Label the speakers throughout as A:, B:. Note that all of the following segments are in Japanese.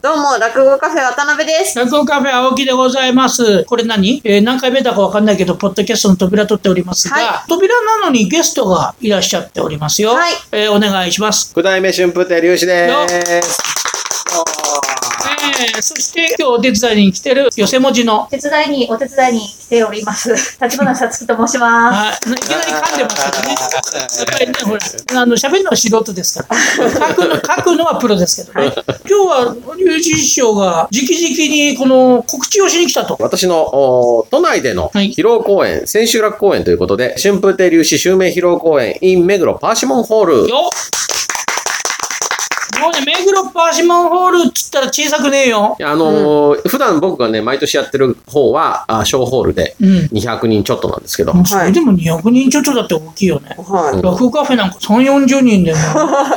A: どうも、落語カフェ渡辺です。
B: 落語カフェ青木でございます。これ何、えー何回目だかわかんないけど、ポッドキャストの扉取っておりますが、
A: は
B: 扉なのにゲストがいらっしゃっておりますよ。
A: はい
B: えーお願いします。
C: 九代目春風亭隆史です。
B: えーそして今日お手伝いに来てる寄せ文字の、
D: 手伝いに、お手伝いに来てお ります。立花さつきと申します。
B: あいきなり噛んでますけどね。やっぱりね、ほら、あの、喋るのは素人ですから。書くの、書くのはプロですけどね。今日は、龍二師匠が、直々に、この、告知をしに来たと。
C: 私のお都内での
B: はい
C: 披露公演、千秋楽公演ということで、春風亭隆史襲名披露公演 in 目黒パーシモンホール。
B: よもうね、目黒パーシモンホールっつったら小さくねえよ。
C: あのー普段僕がね、毎年やってる方は、あ小ホールで
B: うん
C: 200人ちょっとなんですけ ど、
B: それでも200人ちょっとだって大きいよね。
A: は
B: ラフカフェなんか3、40人 でも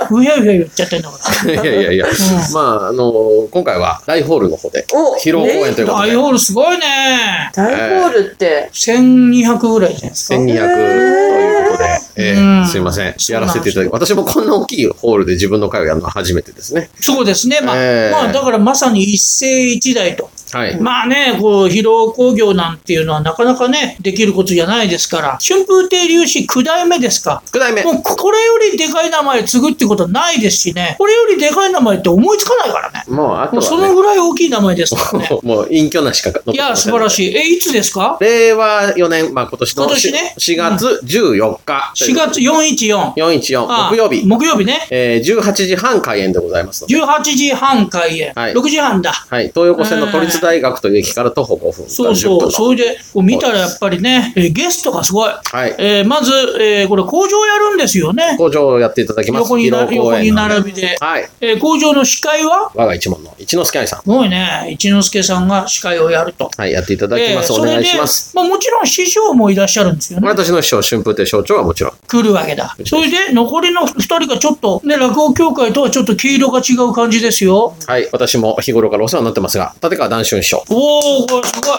B: う、うやうや言っちゃってんだか
C: いやいやいや、まあ、あのー今回は大ホールの方で、
A: お
C: 披露公演という
B: ら。
C: こと
B: 大
C: で、
B: ホールすごいね
A: い。。大ホールって、
B: 1200ぐらいじゃないですか。
C: 1200ということで、え
B: うん
C: ーすいません、
B: そう
C: や
B: なん
C: らせていただき、私もこんな大きいホールで自分の会をやるのは初めてですね。
B: そうですね。まあ、
C: ええ
B: まあ、だからまさに一世一代と。
C: はい。
B: まあね、こう、疲労工業なんていうのはなかなかね、できることじゃないですから。春風亭流子九代目ですか。
C: 九代目。
B: もうこれよりでかい名前継ぐってことはないですしね、これよりでかい名前って思いつかないからね。
C: もう、あと
B: もうそ
C: は
B: の
C: ね、
B: ぐらい大きい名前ですからね。
C: もう隠居なしか残って
B: いや、素晴ら
C: い。
B: しい。え、いつですか
C: 令和4年、まあ今年の
B: 今年ね
C: 4月14日。
B: ?4 月414。
C: 414、木曜日、
B: 木曜日ね。
C: えー、18時半開演でございますので。
B: 18時半開演。
C: はい
B: 6時半だ。
C: はい。東横線の都立大学という駅から徒歩5分。
B: そう
C: 10
B: そ
C: 分
B: う。
C: の
B: それで、こう見たらやっぱりね、えーゲストがすごい。
C: はい。
B: えーまず、えーこれ工場やるんですよね。
C: 工場をやっていただきます。
B: 横にな、
C: 広尾公
B: 横
C: 園
B: に並びで。
C: はい。
B: えー工場の司会は
C: 我が一門の一之輔愛さん。
B: すごいね。一之輔さんが司会をやると。
C: はい。やっていただきます。
B: えー
C: お
B: それ
C: 願い
B: で
C: します。
B: まあ、もちろん師匠もいらっしゃるんですよね。
C: 私の師匠、春風亭省庁はもちろん。
B: 来るわけだ。それで、残りの2人がちょっと、ね、落語協会とはちょっと黄色が違う感じですよ。
C: はい。私も日頃からお世話になってますが、立川談春師匠。
B: おー、これすごい。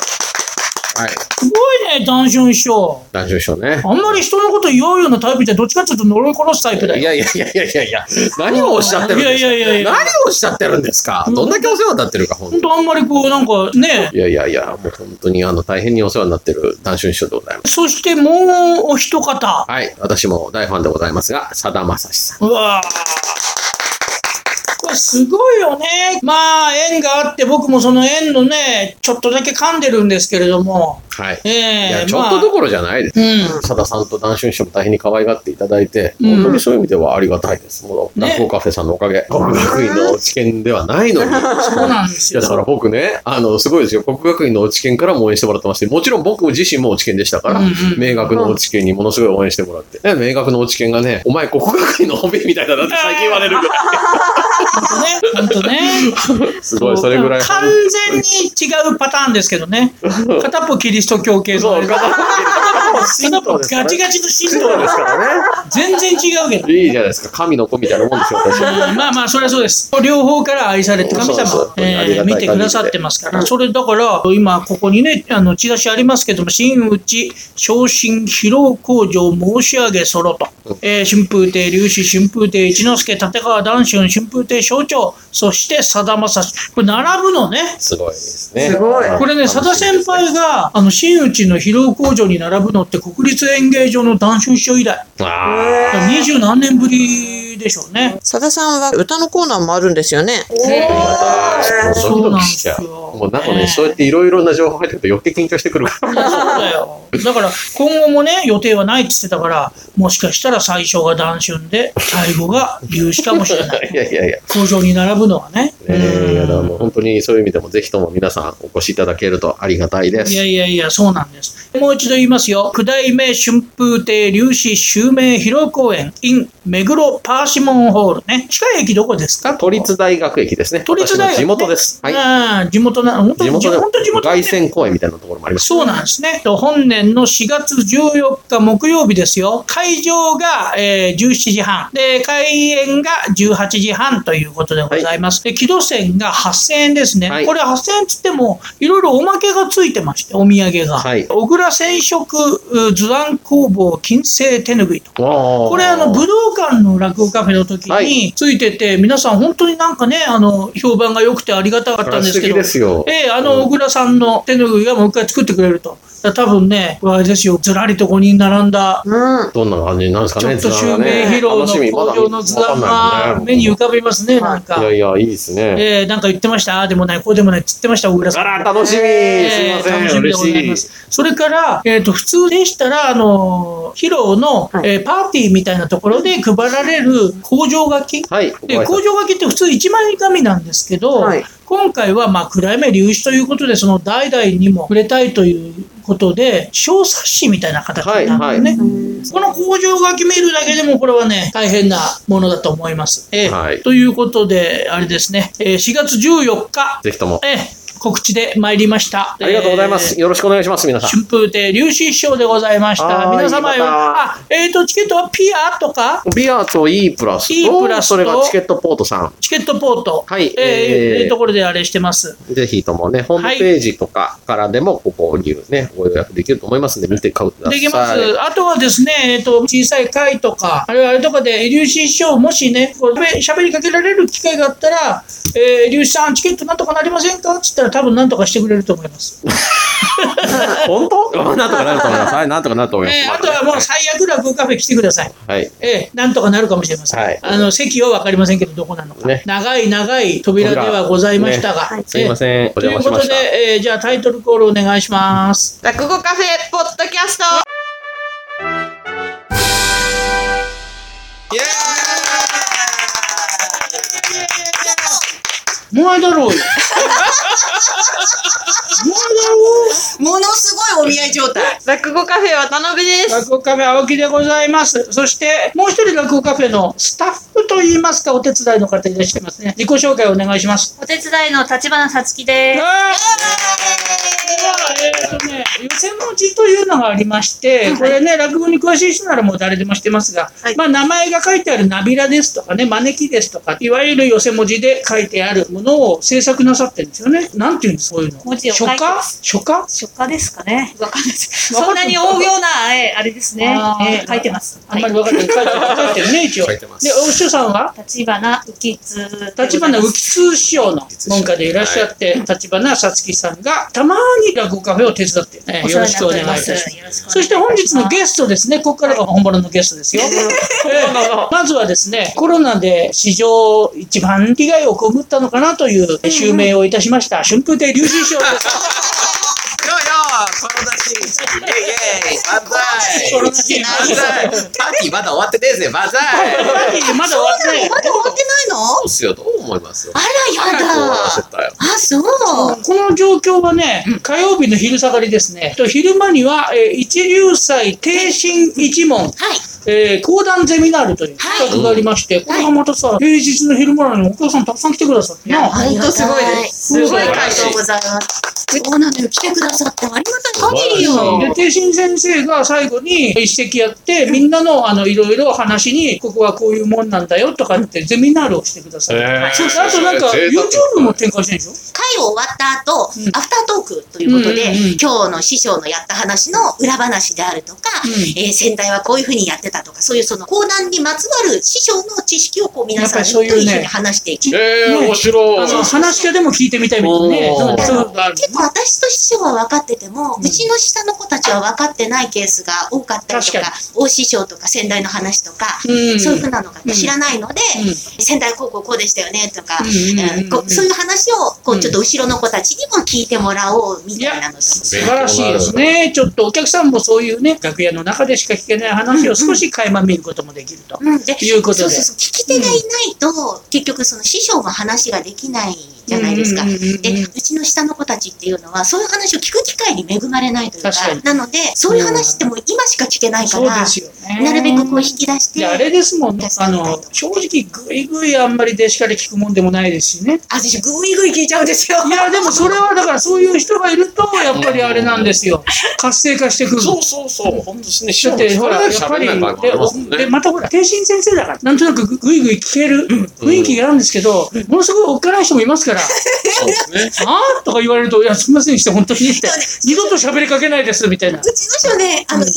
C: はい。
B: すごいね、男春師匠。
C: 談春師匠ね。
B: あんまり人のこと言わうようなタイプってどっちかっていうと呪い殺すタイプだ
C: い
B: よ。
C: やいやいやいやいやいや、何をおっしゃってるんで
B: い
C: すか
B: やいやいやいや
C: 何をおっしゃってるんですかどんだけお世話になってるか、本
B: ほん
C: 当に。
B: とあんまりこう、なんかね。
C: いやいやいや、もう本当にあの、大変にお世話になってる男春師匠でございます。
B: そしてもうお一方。
C: はい。私も大ファンでございますが、さだまさしさん。
B: うわー。これすごいよね。まあ、縁があって、僕もその縁のね、ちょっとだけ噛んでるんですけれども。
C: はい。
B: え
C: い
B: え
C: や、ちょっとど
B: こ
C: ころじゃないです。
B: うん。
C: さださんと男春師匠も大変に可愛がっていただいて、
B: うん
C: 本当にそういう意味ではありがたいです。もう、
B: ね
C: 落語カフェさんのおかげ。国学院の落ち研ではない のに。
B: そうなんです
C: いや、
B: よ。
C: だから僕ね、あの、すごいですよ。国学院の落ち研からも応援してもらってまして、もちろん僕自身も落ち研でしたから、
B: うんうん
C: 明学の落ち研にものすごい応援してもらって。ね、明学の落ち研がね、お前国学院の OB みたいだなって最近言われるぐら
B: 本当 ね。本当ね。
C: い。すごい、それぐらい。
B: 完全に違うパターンですけど ね。片っぽキリスト教系の
C: そ
B: あ
C: う、
B: れ
C: 片
B: 片っ
C: 方
B: ぽガチガチの神
C: そう
B: 道
C: で
B: ですす。
C: からね。
B: 全然違うけど。
C: いいじゃないですか。神の子みたいなもんですよ、私は。
B: まあまあ、それはそうです。両方から愛されて、神
C: そうそ
B: 様
C: う、あり
B: えー
C: がたい限
B: 見
C: りで
B: てくださってますから、それだから、今、ここにね、あの、チラシありますけども、新内、昇進、疲労工場、申し上げ、そろと、えー春風亭、龍子、春風亭、一之輔、立川談春、春風亭、省庁、そして、さだまさし。これ、並ぶのね。
C: すごいですね。
A: すごい
C: はい
B: これね、佐田先。
C: 楽し
B: 輩が、あの、新内の疲労工場に並ぶのって、国立演芸場の談春師匠以来、
C: みですあ
B: 二十何年ぶりでしょうね。
A: さださんは歌のコーナーもあるんですよね。
C: ー
B: そう
C: ドキドキしちゃう。もうなんかね、そうやっていろいろな情報入ってると余計緊張してくるか ら。
B: そうだよ。だから、今後もね、予定はないって言ってたから、もしかしたら最初が男春で、最後が粒子かもしれ ない。
C: いやいやいや。
B: 工場に並ぶのはね。
C: ねえ、いやだからもう本当にそういう意味でもぜひとも皆さんお越しいただけるとありがたいで
B: いや
C: す。
B: いやいや、そうなんです。もう一度言いますよ。九代目春風亭粒子襲名披露公演 in 目黒パーシモンホールね。近い駅どこですか
C: 都立大学駅ですね。
B: 都立大学、
C: 私の地元です。はい。
B: はい。地元な、本当
C: 地
B: に
C: 元で
B: 本当に地元だね
C: 凱旋公園みたいなところもあります。
B: そうなんですね。と本年の4月14日木曜日ですよ。会場が、えー17時半。で、開演が18時半ということでございます。で、軌道線が8000円ですね。
C: はい
B: これ8000円つっても、いろいろおまけがついてまして、お土産が。
C: はい
B: 小倉染色う図案工房金星手ぬぐいと。こ
C: こ
B: れあの武道館の落語カフェの時
C: は
B: についてて、皆さん本当になんかねあの評判が良くてありがたかったんですけ
C: 素敵
B: ど。
C: ですよ。
B: ええあの、小倉さんの手ぬぐいがもう一回作ってくれると。だから多分ね、あれですよ、ずらりと5人並んだ、
A: うん。
C: どんな感じなんですか
B: ちょ
C: ね、
B: っと襲名披露の登場の図
C: わか
B: 案
C: んない
B: が
C: もんね
B: 目に浮かびますね、なんか
C: い。やいや、いいですね。
B: ええなんか言ってました、ああでもない、こうでもないって言ってました、小倉さん。
C: あら、楽しみ、
B: えー
C: すいま
B: 楽
C: せ
B: し
C: ん、
B: みでござい
C: 嬉
B: ま
C: しい。
B: す。それから、えっ、と、普通でしたら、あのー、ヒロの、
A: はい
B: えーパーティーみたいなところで配られる工場書き。
C: はい、
B: で、
C: ご挨拶
B: 工場書きって普通1枚紙なんですけど、
A: はい
B: 今回は、まあ、暗闇流出ということで、その代々にも触れたいということで、小冊子みたいな形になるのね。
C: はいはい
B: この工場が決めるだけでもこれはね、大変なものだと思います。ええ
C: はい
B: ということで、あれですね、えー4月14日、
C: ぜひとも。
B: ええ告知で参りました。
C: ありがとうございます。
B: え
C: よろしくお願いします、皆
B: ー
C: さん。
B: 春風亭流子師匠でございました。
C: はい
B: 皆様よ、
C: また
B: あ、えっ、と、チケットはピアとか、
C: ビアと E プラスと、
B: E プラスと
C: それがチケットポートさ
B: チケットポート、
C: はい
B: ええ
C: えー
B: いうところであれしてます。
C: ん、ぜひともね、ホームページとかからでもご購入ね、ご予約できると思いますんで、見て買うくださ
B: で
C: い。
B: きます。あとはですね、えっと、小さい会とか、あるいはあれとかで、流子師匠、もしね、こう喋喋りかけられる機会があったら、えー、流子さん、チケットなんとかなりませんかって言ったら、多分なんとかしてくれると思います。
C: 本当なんとかなると思います。はい、なんとかなると思います。
B: えー、あとはもう最悪落語カフェ来てください。
C: はい。
B: ええ、なんとかなるかもしれません。
C: はい
B: あの席は分かりませんけど、どこなのか。
C: ね
B: 長い長い扉ではございましたが。
A: 扉ねはい
C: すいま
B: ん。
C: せん。お
B: とい
C: 邪
B: う
C: 魔
B: こ
C: し
B: と
C: ました。
B: で、えーじゃあタイトルコールお願いします。
A: 落語カフェポッドキャスト
B: もうあれだろうよ。
E: ものすごいお見合い状態。
A: 落語カフェ渡辺です。
B: 落語カフェ青木でございます。そして、もう一人落語カフェのスタッフといいますか、お手伝いの方いらっしゃいますね。自己紹介お願いします。
D: お手伝いの立花さつきで
B: あーえーとね、寄せ文字というのがありまして、これね、落語に詳しい人ならもう誰でも知ってますが、
A: はい
B: まあ名前が書いてあるナビラですとかね、招きですとか、いわゆる寄せ文字で書いてあるものを制作なさってるんですよね。なんていうんですか、そういうの。
D: 文字を書
B: 書
D: いて
B: 家
D: ます
B: 書家
D: す。初夏ですかね。わかんないです。
B: わか
D: そ
B: ん
D: ん
B: な
D: ないに大行な、えーあれですね
B: あ。ー
D: えー書いてます。
B: あんまり分かんない。書いてる書いてるね、一応。
C: 書い
B: で
C: てま、す
B: お師匠さんは
D: 立花浮きつ。
B: 立花浮通師匠の門下でいらっしゃって、立花さつきさんがたまに落語カフェを手伝って、えー
D: お世
B: よろ
D: 話
B: し
D: になって
B: くお
D: お
B: 願い
D: り
B: いたし
D: ます。
B: ま
D: よろ
B: す。
D: しくお願いします。
B: そして本日のゲストですね、ここからが本物のゲストですよ。えーまずはですね、コロナで史上一番被害を被ったのかなという襲名をいたしました、春風亭龍神師匠です。
F: よいよコロナシーズンイェイイェイ万 歳
B: コロナ禍に
F: 万歳パーティーまだ終わってねえぜ万歳
B: パーティーまだ終わってない。
E: まだ終わってないの
C: そうっすよ、どう思います
E: あら、や
C: どう思わせ
E: だ。
C: たよ。
E: あ、そう。
B: この状況はね、火曜日の昼下がりですね、と昼間には、えー一流祭定心一門、
E: はい。
B: えー、講談ゼミナールという企画がありまして、これがまたさ、平日の昼間なのにお客さんたくさん来てくださってな。
E: ありがたい
A: すごいです。すごい回答ございます。
E: そうなのよ。来てくださってありがたい限り
C: 素晴らしい
E: よ。
B: で、定心先生が最後に一席やって、みんなの、あの、いろいろ話に、ここはこういうもんなんだよとかってゼミナールをしてくださ
C: へ
B: る。
C: ー
B: そうそうあとなんか、
C: 贅沢
B: YouTube も展開してるでしょ
E: 会を終わった後、
B: うん
E: アフタートークということで、
B: うんうんうん
E: 今日の師匠のやった話の裏話であるとか、
B: うん
E: えー先代はこういうふうにやってたとか、そういうその講談にまつわる師匠の知識をこう皆さん
B: やっぱりそう
E: と
B: いうね
E: 一緒に話していく。
C: えー、面白
B: あ
C: い。
B: の、話し家でも聞いてみたいみたいなね。
C: お
B: そ
C: ー
B: うそういうのがある。
E: 結構私と師匠は分かってても、うちの下の子たちは分かってないケースが多かったりとか、
B: 確
E: 大師匠とか先代の話とか、
B: うん
E: そういうふうなのが知らないので、
B: うん
E: 仙台高校こうでしたよねとか、
B: うんうんうんうん
E: えーこうそういう話をこうちょっと後ろの子たちにも聞いてもらおうみたいなのと。
B: 素晴らしいですね。ちょっとお客さんもそういうね、楽屋の中でしか聞けない話を少し垣間見ることもできると。
E: うん、で
B: いうことで
E: そうそうそう聞き手がいないと、結局その師匠の話ができないじゃないですか。
B: うんうんうんうんうん
E: でうちの下の子たちっていうのはそういう話を聞く機会に恵まれないというか
B: 確かに
E: なのでそういう話ってもう今しか聞けないか
B: そう
E: ら
B: で、すよね。
E: なるべくこう引き出して
B: であれですもんね
E: 出し、て
B: あ
E: みたい
B: の正直、ぐいぐいあんまり弟子から聞くもんでもないですしね。
E: あ私グイグイ聞いちゃうんですよ。
B: いや、でもそれはだから、そういう人がいると、やっぱりあれなんですよ、活性化してくる。
C: そうそうそう、本当ですね、師
B: だ
C: 匠
B: って、
C: の
B: ほ
C: 力
B: ら、
C: で
B: やっ
C: 喋
B: ぱり、
C: れない場合もありますもん
B: で、で
C: ね。
B: またほら、定心先生だから、なんとなくぐいぐい聞ける、雰囲気があるんですけど、ものすごいおっかない人もいますから、
C: そうですね。
B: あーとか言われると、いや、はすみませんでして、本当にって
E: そうね。
B: 二度と喋りかけないです、みたいな。
E: うちの人ね、あの、
B: うん
E: 1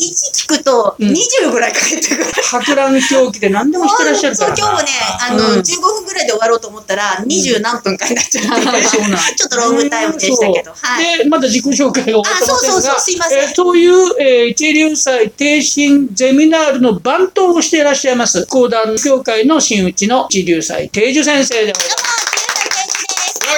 E: 聞くと
B: うん
E: 20ぐらい返ってくる。
B: 博覧狂気で何でもしてらっしゃるか
E: そう
B: ら。
E: 今日もね、あの、
B: うん
E: 15分ぐらいで終わろうと思ったら、20何分かになっちゃって、
B: そうなん
E: ちょっとロングタイムでしたけど、はい。
B: で、まだ自己紹介を終わってませんが
E: あそうそうそうすいません
B: えーそういう、えー一流祭定身ゼミナールの番頭をしていらっしゃいます、講談協会の真打ちの一流祭定寿先生でございます。
E: は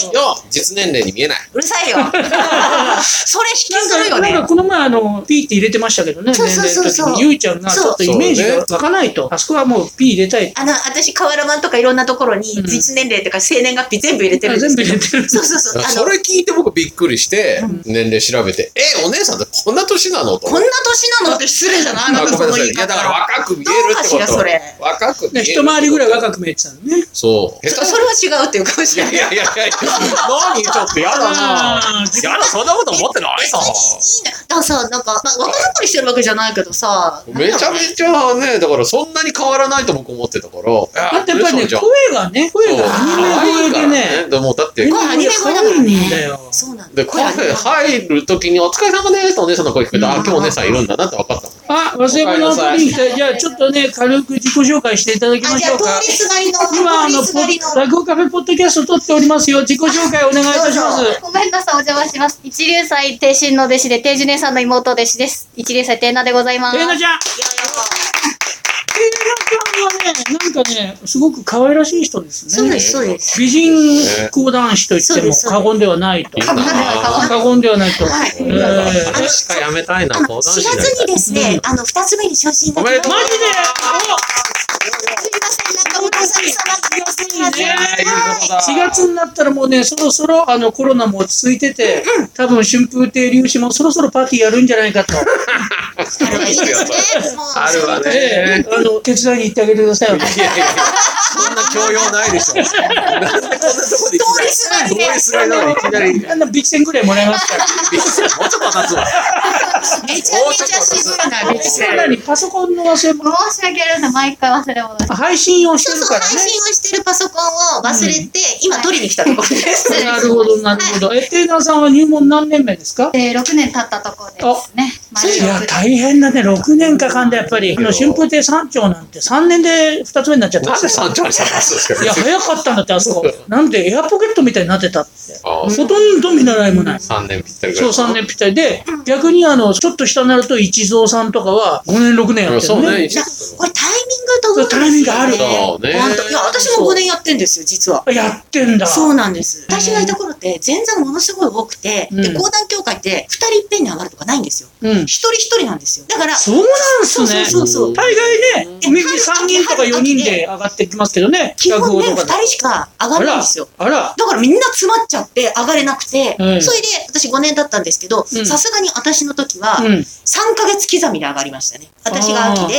F: よよ実年齢に見えない。
E: うるさいよ。それ引きずるよ
B: なん
E: ね。
B: かこの前あの、ピーって入れてましたけどね、
E: そうそうそうそう
B: 年齢の時に。ゆいちゃんがちょっとイメージが湧かないと、あそこはもうピー入れたい。
E: あの、私、河原版とかいろんなところに
B: うん、
E: 実年齢とか生年月日全部入れてるんで
B: 全
E: す
B: 部
E: け
B: 入
E: ど。
B: れてる。
E: そうそうそう。あ
C: そ
E: の、
C: れ聞いて僕びっくりして、年齢調べて、え、お姉さんってこんな年なのと
E: こんな年なのって失礼じゃないあな
C: あ
E: た
C: ご
E: そ
C: めん
E: の
C: なさい。
E: 言い
C: いや、
E: 方
C: だから若く見えるって
E: どうかしら
C: こと。
E: それ
C: 若く見え
B: ね
C: る。
B: 一回りぐらい若く見えてたのね。
C: そう。下手
E: それは違うっていうかもしれない
C: い。やいやいやいや、何ちょっとやだな
B: あー
C: やだ、そんなこと思ってないさ。
E: いいね。だからさ、なんか、まあ、若残りしてるわけじゃないけどさ。
C: めちゃめちゃね、だからそんなに変わらないと僕思ってたから。
B: だってやっぱりね、
C: そう
B: 声がね、声がアニメ声で
C: そう
B: ね、
C: でもだって
B: 全、
E: 声アニメ声だ
B: 然可
E: から
B: 愛
E: ね
B: いんだよ。
E: そうなんだ。
C: で、カフェ
E: こ
C: 入るときにお疲れ様ですってお姉さんの声聞く
B: うん
C: と、あ、今日お姉さんいるんだなって分かった。
B: あ、忘れ物を取りに来た。じゃあ、ちょっとね、軽く自己紹介していただき
E: れあ、
B: ま
E: じ
B: しょ
E: ゃあ、
B: うか
E: 通。りすがりの、
B: 今、あ
E: 通
B: の、
E: りす
B: ポ
E: がりの。
B: ッ落語カフェポッドキャスト撮っておりますよ。自己紹介お願いいたします。
D: ごめんなさい、お邪魔します。一流祭定身の弟子で、定寿姉さんの妹弟子です。一流祭定名でございます。
B: えいなちゃん。えいなちゃんはね、なんかね、すごく可愛らしい人です
E: そう
B: ね
E: で。す、そうです。
B: 美人講談師と言っても過言ではないと。
C: そうです
B: 過言ではないと。
E: はい
B: えー
C: 話しかやめたいな、
E: あの、
C: 講
E: 4
C: 談
E: 月
C: 師になりたい
E: にですね、あの、2つ目に昇進が
C: おめでとう
B: マジで
E: すみません、なんか、お母さんにさまってすみません。
B: いやー
E: はい
B: い
E: い。
B: 4月になったらもうね、そろそろあのコロナも落ち着いてて、多分春風亭流子もそろそろパーティーやるんじゃないかと。
E: あれはいいですね。もう、
C: あるわね。
B: ええあの、手伝いに行ってあげてください。
C: いやいやいやそんな教養ない でしょ。なんでこんなとこでいき
E: 通
C: なり。
E: りすがりで。
C: 通りすがりなのにいきなり。もう
B: あの、ビキセンぐらいもらいますから。
C: ちょっと話すわ。
E: めちゃめちゃ静かな道
B: さらにパソコンの忘れ物、
D: 申し訳ありません、毎回忘れ物です。
B: 配信をし
E: そう
B: てる
E: そ
B: か
E: う、
B: らね
E: 配。信をしてるパソコンを忘れて、今取りに来たところです。
D: 信
B: なるほど、なるほど。え、テイナーさんは入門何年目ですか
D: で、6年経ったところですね。
B: いや、
D: 6
B: 大変だね。6年かかんだ、やっぱり。あの春風亭三丁なんて3年で2つ目になっちゃった
C: なん。で山頂に探すんですか
B: いや、早かったんだって、あそこ。なんで、エアポケットみたいになってたって。
C: あ
B: ほとんど見習いもない。
C: 3年ぴったりぐら
B: そう、
C: い。
B: 3年ぴったりで、逆に、あの、ちょっと下になると、一蔵さんとかは、5年、6年やって
C: そ
B: る
C: うね、
B: ね。
C: 一緒
E: これタイミングと思うんですよね
B: タイミングある
C: そうね
E: 本当いや、私も5年やってんですよ、実は。
B: やってんだ。
E: そうなんです。私がいた頃って、前座ものすごい多くて、
B: う
E: で、
B: ん
E: 講談協会って、二人いっぺんに上がるとかないんですよ。
B: うん。
E: 一人一人なんですよ。だから、
B: そうなんす
E: そうそう
B: ね。
E: そうそう。
B: 大概ね、
E: うん
B: 右3人とか4人で上がってきますけどね、
E: 基本ね、二
B: とか
E: 人しか上が
B: あ
E: らないん
B: ら
E: ですよ。、
B: あら、
E: だからみんな詰まっちゃって上がれなくて、
B: うん
E: それで私5年だったんですけど、
B: うん
E: さすがに私の時は
B: うん。
E: 3ヶ月刻みで上がりましたね。私が秋で、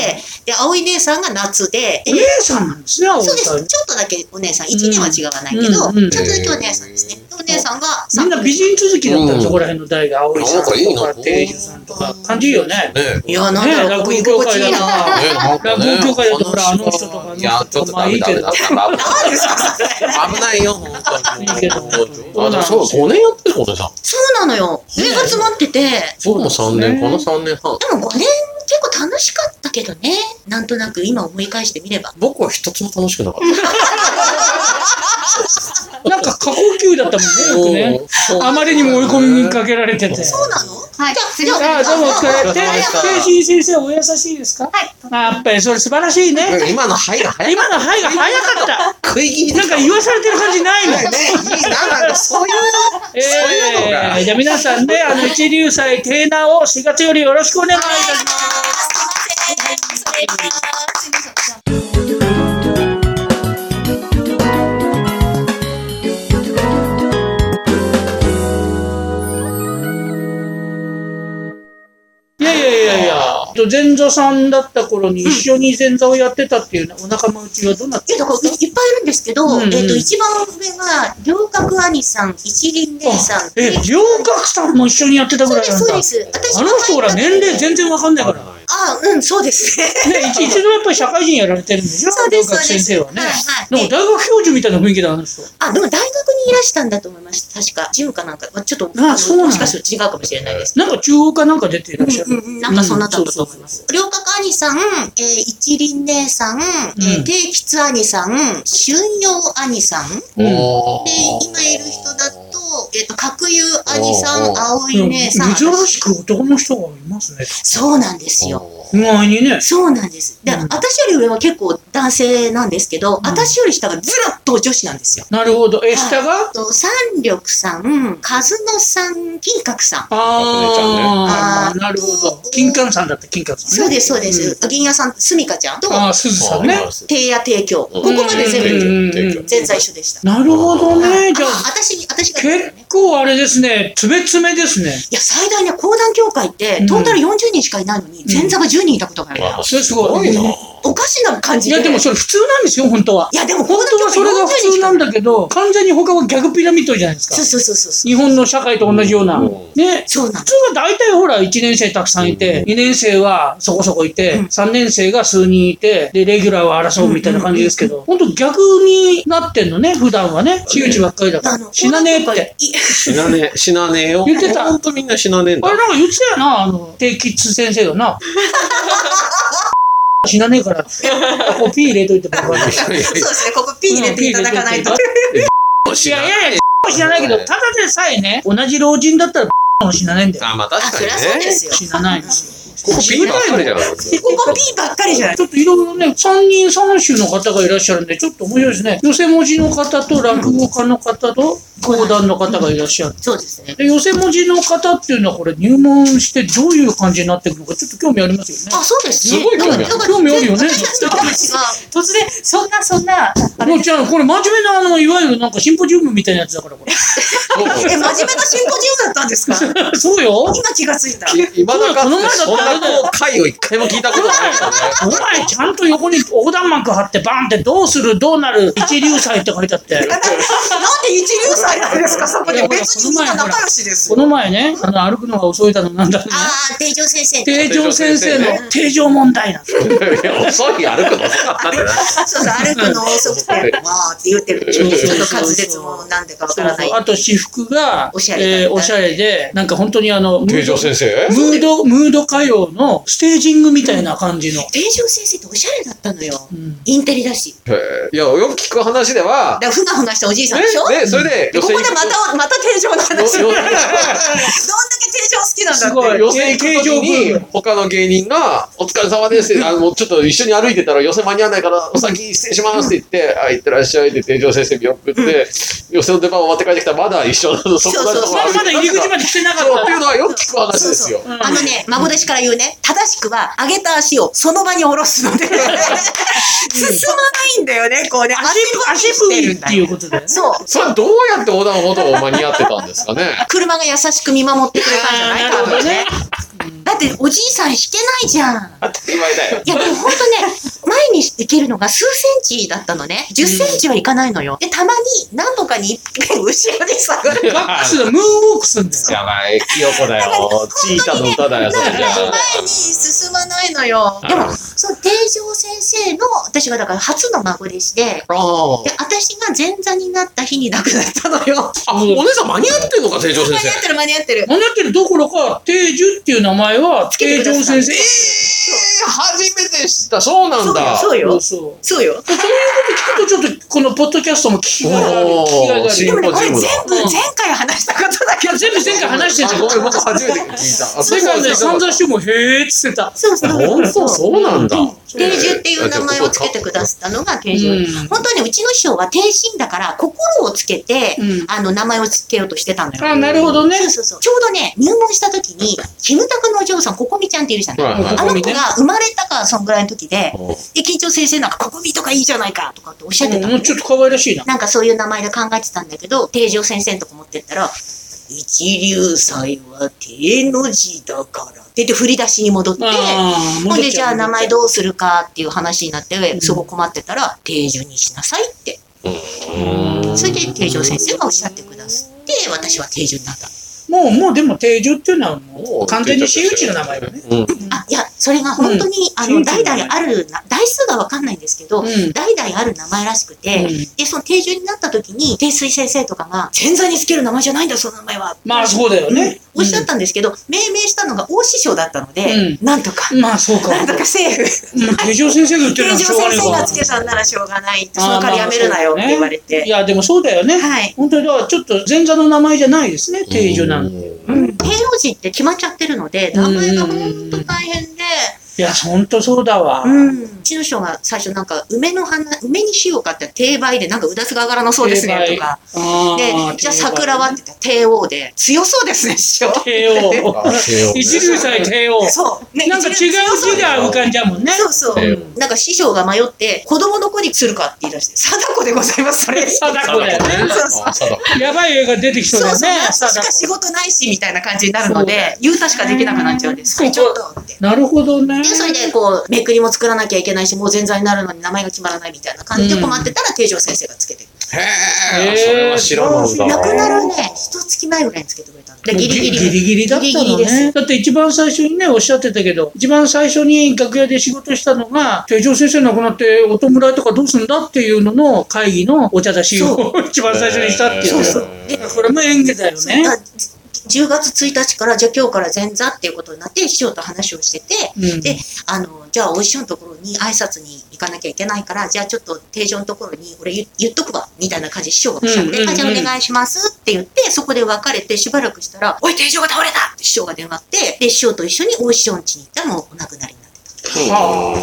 E: で、葵姉さんが夏で、
B: お姉さんなんですね、青
E: そう
B: 木
E: で
B: さ
E: す。
B: ん。
E: ちょっとだけお姉さん、1年は違わないけど、
B: うんうん
E: ちょっとだけお姉さんですね。でお姉さんが
B: みんな美人続きだったら、そこら辺の代が、青井さんと
C: なんかいいな
B: か、定寿さんとか、感じいいよね。
C: ね
E: いや、な
B: ね
E: んだろう、
B: 落
E: こ
B: 語
E: ういう
B: 協
E: 心地
B: 会
E: いいな。
B: だな。
C: ねなんかね
B: 落語家だとほらあの人とかあの人とか
C: いや、ちょっとダメダメダメダメダメ
E: 何ですか
F: 危ないよ、本当に。
B: いいけど
C: あ、でもそう、5年やってるもんね、さん。
E: そうなのよ。上が詰まってて、で
C: 僕も3年、この3年半。
E: も5年結構楽しかったけどね。なんとなく今思い返してみれば。
C: 僕は一つも楽しくなかっ
B: なんか過呼吸だった
C: た。
B: もんね、よくね。あまりにも追い込みにかけられてて。
E: そうなの
D: はい。
E: じ
D: 次
E: ゃ
D: は
E: あ
D: い。
B: ああ、どうもお疲れ。
F: お疲れ様でした
B: 天心先生、お優しいですかあやっぱりそれ素晴らしいね。
F: 今の入が早い。
B: 今の肺が早かった。
F: 食い気味で
B: なんか言わされてる感じないもん。
F: ね、いいな、なんかそういう。
B: え
F: ういうのが
B: ー、じゃあ皆さんね、あの、一流祭定名を4月よりよろしくお願いいたします。いやいやいやいや、前座さんだった頃に一緒に前座をやってたっていうねお仲間うちはどうなっ
E: い
B: て
E: や、だからいいっぱいいるんですけど、
B: うんうん
E: えっ、と、一番上が、両角兄さん、一輪姉さん。
B: え
E: で、
B: 両角さんも一緒にやってたぐ
E: そう
B: ら
E: で
B: い
E: す、
B: なん
E: そう
B: だ
E: で。す。
B: あ
E: 私
B: の人ほら年齢全然わかんないから。ね、
E: あ、うん、そ うですね。
B: 一一度やっぱり社会人やられてるんでしょ
E: そう
B: 両
E: です
B: 角先生はね。
E: そうですはいはい
B: でも大学教授みたいな雰囲気だ、あの人。
E: あ、でも大学にいらしたんだと思います。確か、ジムかなんか。まあちょっと、
B: あそうなんだ
E: もしかすると違うかもしれないです。
B: なんか中央かなんか出てらっしゃ
E: う
B: る。
E: んうんうんなんかそんなだったと思います。両角兄さん、えー一輪姉さん、え
B: う
E: ー
B: ん
E: 定吉兄さん、春陽兄さん、
B: うん
C: おー
E: で、今いる人だと、えっ、と、角優兄さん、葵姉さん。
B: 珍しく男の人がいますね。
E: そうなんですよ。
C: おー
B: 意外にね。
E: そうなんです。で、
B: うん
E: 私より上は結構男性なんですけど、私より下がずらっと女子なんですよ。
B: なるほど。え、下が
E: あと、三緑さん、和野さん、金閣さん。
B: あ
E: あ
B: ー、
E: ー
B: なるほど。金柑さんだった、金柑さんね。
E: そうです、そうです。銀屋さん、すみかちゃんと、
B: うん。あー、すずさんね。
E: 提夜提供。ここまで全部、
B: うん
C: 提供
E: 全在一緒でした。
B: なるほどね。じゃ
E: あ
B: あ、
E: 私に、私が、
B: 結
E: ね。
B: 構あれですね。つべつめですね。
E: いや、最大ね、講談協会って、トータル40人しかいないのに、前座が10人いたことがある。
C: わあ
B: それすごい。
E: おかしな感
B: い
E: じで。
B: や、でもそれ普通なんですよ、本当は。
E: いやでも
B: 本当はそれが普通なんだけど、完全に他は逆ピラミッドじゃないですか
E: そう。そうそうそうそう。
B: 日本の社会と同じような
C: うん。
B: ね。
E: そうなん
B: 普通は大体ほら、1年生たくさんいて、2年生はそこそこいて、
E: うん
B: 3年生が数人いて、で、レギュラーを争うみたいな感じですけど、本当逆になってんのね、普段はね。私有地ばっかりだから
E: あの。
B: 死なねえっ
E: 講談
B: て。
E: 協会い
C: 死なねえ、死なねえよ。
B: 言ってた
C: ほんとみんな死なねえん
B: あ
C: だ
B: れ。なんか言ってたよな、あの、低吉先生がな。 死なねえから、こうピー入れといてもら うから。
C: いやいや
E: そうですね、ここピー入れていただかないと。
B: いやいやいや、死なないけど、ただでさえね、同じ老人だったら、 も死なないん だよ。
C: あ、まあ確か
E: あ、そ
C: に
E: り
C: ね
E: ゃ。そうですよ。
B: 死なないんですよ。
C: ここピーばっかりじゃん。
E: ここピーばっかりじゃない。
B: ちょっといろいろね、三人三種の方がいらっしゃるんで、ちょっと面白いですね。寄せ文字の方と落語家の方と講談の方がいらっしゃる。
E: そうですね。
B: で、寄せ文字の方っていうのはこれ入門してどういう感じになっていくのかちょっと興味ありますよね。
E: あ、そうですね。
C: すごい興味ある
E: なんか
B: 興味あるよね
E: 私たちの話が、突然、そんなそんな、
B: もうじゃあこれ真面目なあの、いわゆるなんかシンポジウムみたいなやつだからこれ。
E: え、真面目なシンポジウムだったんで すか
B: そうよ。お
E: 今気がついた。
C: いまだか
B: そうだこの前だってあれ
C: つてそんな
B: だよ
C: こう回を一回も聞いたことないからね。
B: 前ちゃんと横に横断幕張ってバンってどうするどうなる一流祭って書いてあって。
E: なんで一流祭なんですかそこ
B: い
E: で
B: やほら
E: 別にみんな仲良しです
B: こ
E: よ。
B: の前ね、あの歩くのが遅いだのなんだのね。
E: あー、定常先生。
B: 定常先生の定常問題なんですよ。
C: いや遅い歩くの遅かったってな。
E: あそうそう、歩くの遅くて、わーって言ってる。ちょっと滑舌もなんでかわからない。
B: あと私服が、
E: おしゃれだった
B: えーおしゃれで、なんか本当にあの、ム
C: 定
B: ード
C: 常、先生
B: ムード、ムード歌謡のステージングみたいな感じの。
E: 定常先生っておしゃれだったのよ。
B: うん
E: インテリだし。
C: へえいや、よく聞く話では
E: だ、からふがふがしたおじいさん
C: ね
E: でしょ、、
C: ねそれで、
E: でここでまた、また定常の話。どんだけ定
C: よよ
E: 常好きなんだって。
B: すごい
C: 寄せ行く時
B: 定常ブー
C: に
B: ム、
C: 他の芸人が、お疲れ様です って、あの、もうちょっと一緒に歩いてたら、寄せ間に合わないから、お先失礼しますって言って、あ、行ってらっしゃいって、定常先生見送って、寄せの出番終わって帰ってきたら、まだ一緒なの、そこだ
E: そうそう
B: まだまだ入り口ま
C: で。
B: で来てなか
C: そう、
B: っ
C: ってい
B: た。
C: うのはよく聞く話ですよ。
B: ん
E: あのね、孫弟子から言うね、正しくは、上げた足をその場に下ろ すので、進まないんだよね、こうね。
B: 足踏足
E: 踏
B: 踏
E: み
B: みっていうことで。
E: そう。
C: それはどうやって横断歩道を間に合ってたんですかね。
E: 車が優しく見守ってくれたんじゃない
B: な
E: か
B: るほどね。
E: だって、おじいさん引けないじゃん。
C: 当たり前だよ。
E: いや、でも本当ね、前に行けるのが数センチだったのね。10センチはいかないのよ。で、たまに何度かに一遍後ろに下がる。
B: バックスでムーンウォークすんだよ。
C: やばい、キヨコ だよ。チータの歌だよ、それじゃ
E: 前に進まないのよ。でも、その定常先生の、私がだから初の孫弟子で、
C: あ。あ
E: で、私が前座になった日に亡くなったのよ。
C: あ。あ、お姉さん間に合ってんのか、成長
E: 間
C: 先
E: に合ってる間に合ってる。
B: 間に合ってるどころか、定寿っていう名前は、
E: け
B: 定
E: てくだ
B: 常
E: さい
B: 先生。
C: 生。初めて知った、そうなんだ。
E: そう
B: えーそ
E: よ
B: う。そう。
E: そうよ。
B: そういうこと聞くと、ちょっとこのポッドキャストも聞きがいがある。聞きがいがある
E: で
C: おー
E: もね、これ全部
B: うん
E: 前回話したことだけど。
B: 全部前回話してた
C: あ
B: よ
C: ご。めん、僕初めて聞いた。あ
B: 世界で散々しても、へーってしてた。
E: そうそう。
C: 本当そうなんだ。
E: 定住っていう名前をつけてくださったのが定住。
B: うん
E: 本当にうちの師匠は定心だから心をつけて、
B: うん
E: あの名前をつけようとしてたんだよ。
B: あ、なるほどね。
E: そうそうそう。ちょうどね、入門した時に、キムタクのお嬢さん、ココミちゃんっているじゃない。
C: はいはい
E: あの子
B: ココミね
E: が生まれたか、そんぐらいの時で、
C: お
E: で、緊張先生なんか、ココミとかいいじゃないか、とかっておっしゃってたの
B: もうちょっと可愛らしいな。
E: なんかそういう名前で考えてたんだけど、定常先生のとこ持ってったら、一流祭は定の字だから。って言って振り出しに戻って、
B: あー
E: ほん
B: 戻っ
E: で、
B: ち
E: じ
B: ゃう
E: ゃあ名前どうするかっていう話になって、
B: ん
E: すごい困ってたら、定住にしなさいって。
C: うん
E: それで定常先生がおっしゃってくださって、私は定住になった。
B: もう、もうでも定住っていうのはも
C: も
B: う
C: う
B: 完全に私有地の名前だね。
C: うん
E: あ、いや、それが本当に、あ
B: う
E: の、
B: ん
E: 代々あるな、台数がわかんないんですけど、
B: うん
E: 代々ある名前らしくて、
B: うん
E: で、その定住になった時に、定水先生とかが、潜在につける名前じゃないんだ、その名前は。
B: まあそうだよね。
E: おっしゃったんですけど、命名したのが大師匠だったので、なんとか、
B: まあそう か。
E: なんとかセーフ。
B: うん手錠先生が言ってるの
E: 定住
B: はしょうがねえか
E: 先生がつけたんならしょうがない。その代わりやめるなよって言われて。
B: いや、でもそうだよね。
E: はい。
B: 本当に、だからちょっと前座の名前じゃないですね、定住なんて。
C: ん
E: 天王寺って決まっちゃってるので、名前が本当大変で、
B: いや、本当そうだわ。
E: うん。うちの師匠が最初なんか、梅の花、梅にしようかって定売で、なんかうだつが上がらなそうですねとか。
B: あ
E: で
B: ー、
E: じゃあ桜はって言ったら帝王で、強そうですね、師匠。
B: 帝王。
C: あ帝王ね
B: 一流祭帝王。
E: そう。ね
B: なんか違う字が浮かんじゃうもんね。
E: そうそう。
C: 帝王
E: なんか師匠が迷って、子供の子にするかって言い出して、貞子でございます、それ。
B: 貞子だよね。
E: そうそう
C: あ貞子
B: やばい映画出てきそう
E: そう
B: だ
E: そ
B: よ
E: う、なん
B: ね。
E: かしか仕
B: 貞子
E: 事ないし、みたいな感じになるので、言うたしかできなくなっちゃうんです。それちょっとって。
B: なるほどね。
E: で、それでこう、めくりも作らなきゃいけないし、もう全座になるのに名前が決まらないみたいな感じで困ってたら、定常先生がつけてく
C: へえ、それは知らなんだ。
E: れる。亡くなるね、一月前ぐらいにつけてくれたの。で、ギリギリ。
B: ギリギリだったのね
E: ギリギリです
B: だって一番最初にね、おっしゃってたけど、一番最初に楽屋で仕事したのが、定常先生亡くなってお弔いとかどうすんだっていうのの会議のお茶出しを一番最初にしたっていう。
C: そうそう
B: でこれも演技だよ
E: そう
B: ね。
E: だ10月1日から、じゃあ今日から前座っていうことになって、師匠と話をしてて、
B: うん
E: で、あの、じゃあお師匠のところに挨拶に行かなきゃいけないから、じゃあちょっと定常のところに俺言言っとくわ、みたいな感じで師匠が来たので、
B: うんうんうん
E: あじゃあお願いしますって言って、そこで別れてしばらくしたら、おい定常が倒れたって師匠が電話あって、で、師匠と一緒にお師匠の家に行ったらもうお亡くなりになってた。
C: ああ。